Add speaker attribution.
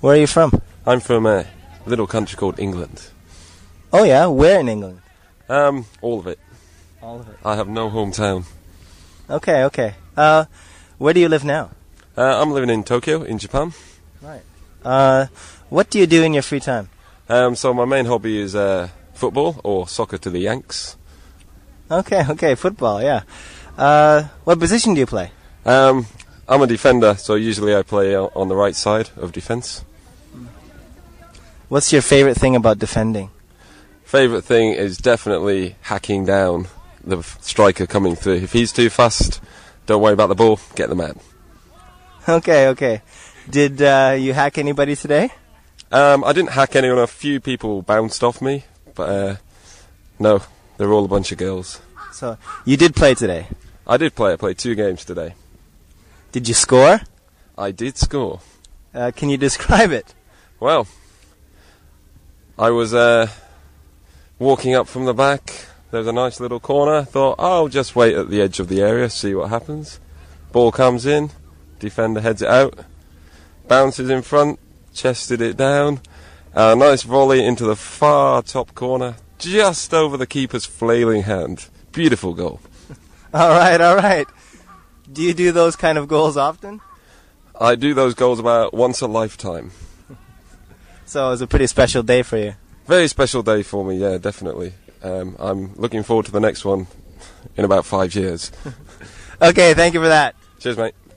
Speaker 1: Where are you from?
Speaker 2: I'm from a little country called England.
Speaker 1: Oh yeah, where in England?
Speaker 2: Um, all of it.
Speaker 1: All of it.
Speaker 2: I have no hometown.
Speaker 1: Okay, okay. Uh, where do you live now?
Speaker 2: Uh, I'm living in Tokyo, in Japan.
Speaker 1: Right. Uh, what do you do in your free time?
Speaker 2: Um, so my main hobby is uh, football or soccer to the Yanks.
Speaker 1: Okay, okay, football. Yeah. Uh, what position do you play?
Speaker 2: Um, I'm a defender, so usually I play o- on the right side of defence.
Speaker 1: What's your favorite thing about defending?
Speaker 2: Favourite thing is definitely hacking down the f- striker coming through. If he's too fast, don't worry about the ball, get the man.
Speaker 1: Okay, okay. Did uh, you hack anybody today?
Speaker 2: Um, I didn't hack anyone, a few people bounced off me, but uh, no, they're all a bunch of girls.
Speaker 1: So you did play today.
Speaker 2: I did play, I played two games today.
Speaker 1: Did you score?
Speaker 2: I did score.
Speaker 1: Uh, can you describe it?
Speaker 2: Well, I was uh, walking up from the back. There was a nice little corner. Thought, I'll just wait at the edge of the area, see what happens. Ball comes in, defender heads it out, bounces in front, chested it down. A nice volley into the far top corner, just over the keeper's flailing hand. Beautiful goal.
Speaker 1: All right, all right. Do you do those kind of goals often?
Speaker 2: I do those goals about once a lifetime.
Speaker 1: So it was a pretty special day for you.
Speaker 2: Very special day for me, yeah, definitely. Um, I'm looking forward to the next one in about five years.
Speaker 1: Okay, thank you for that.
Speaker 2: Cheers, mate.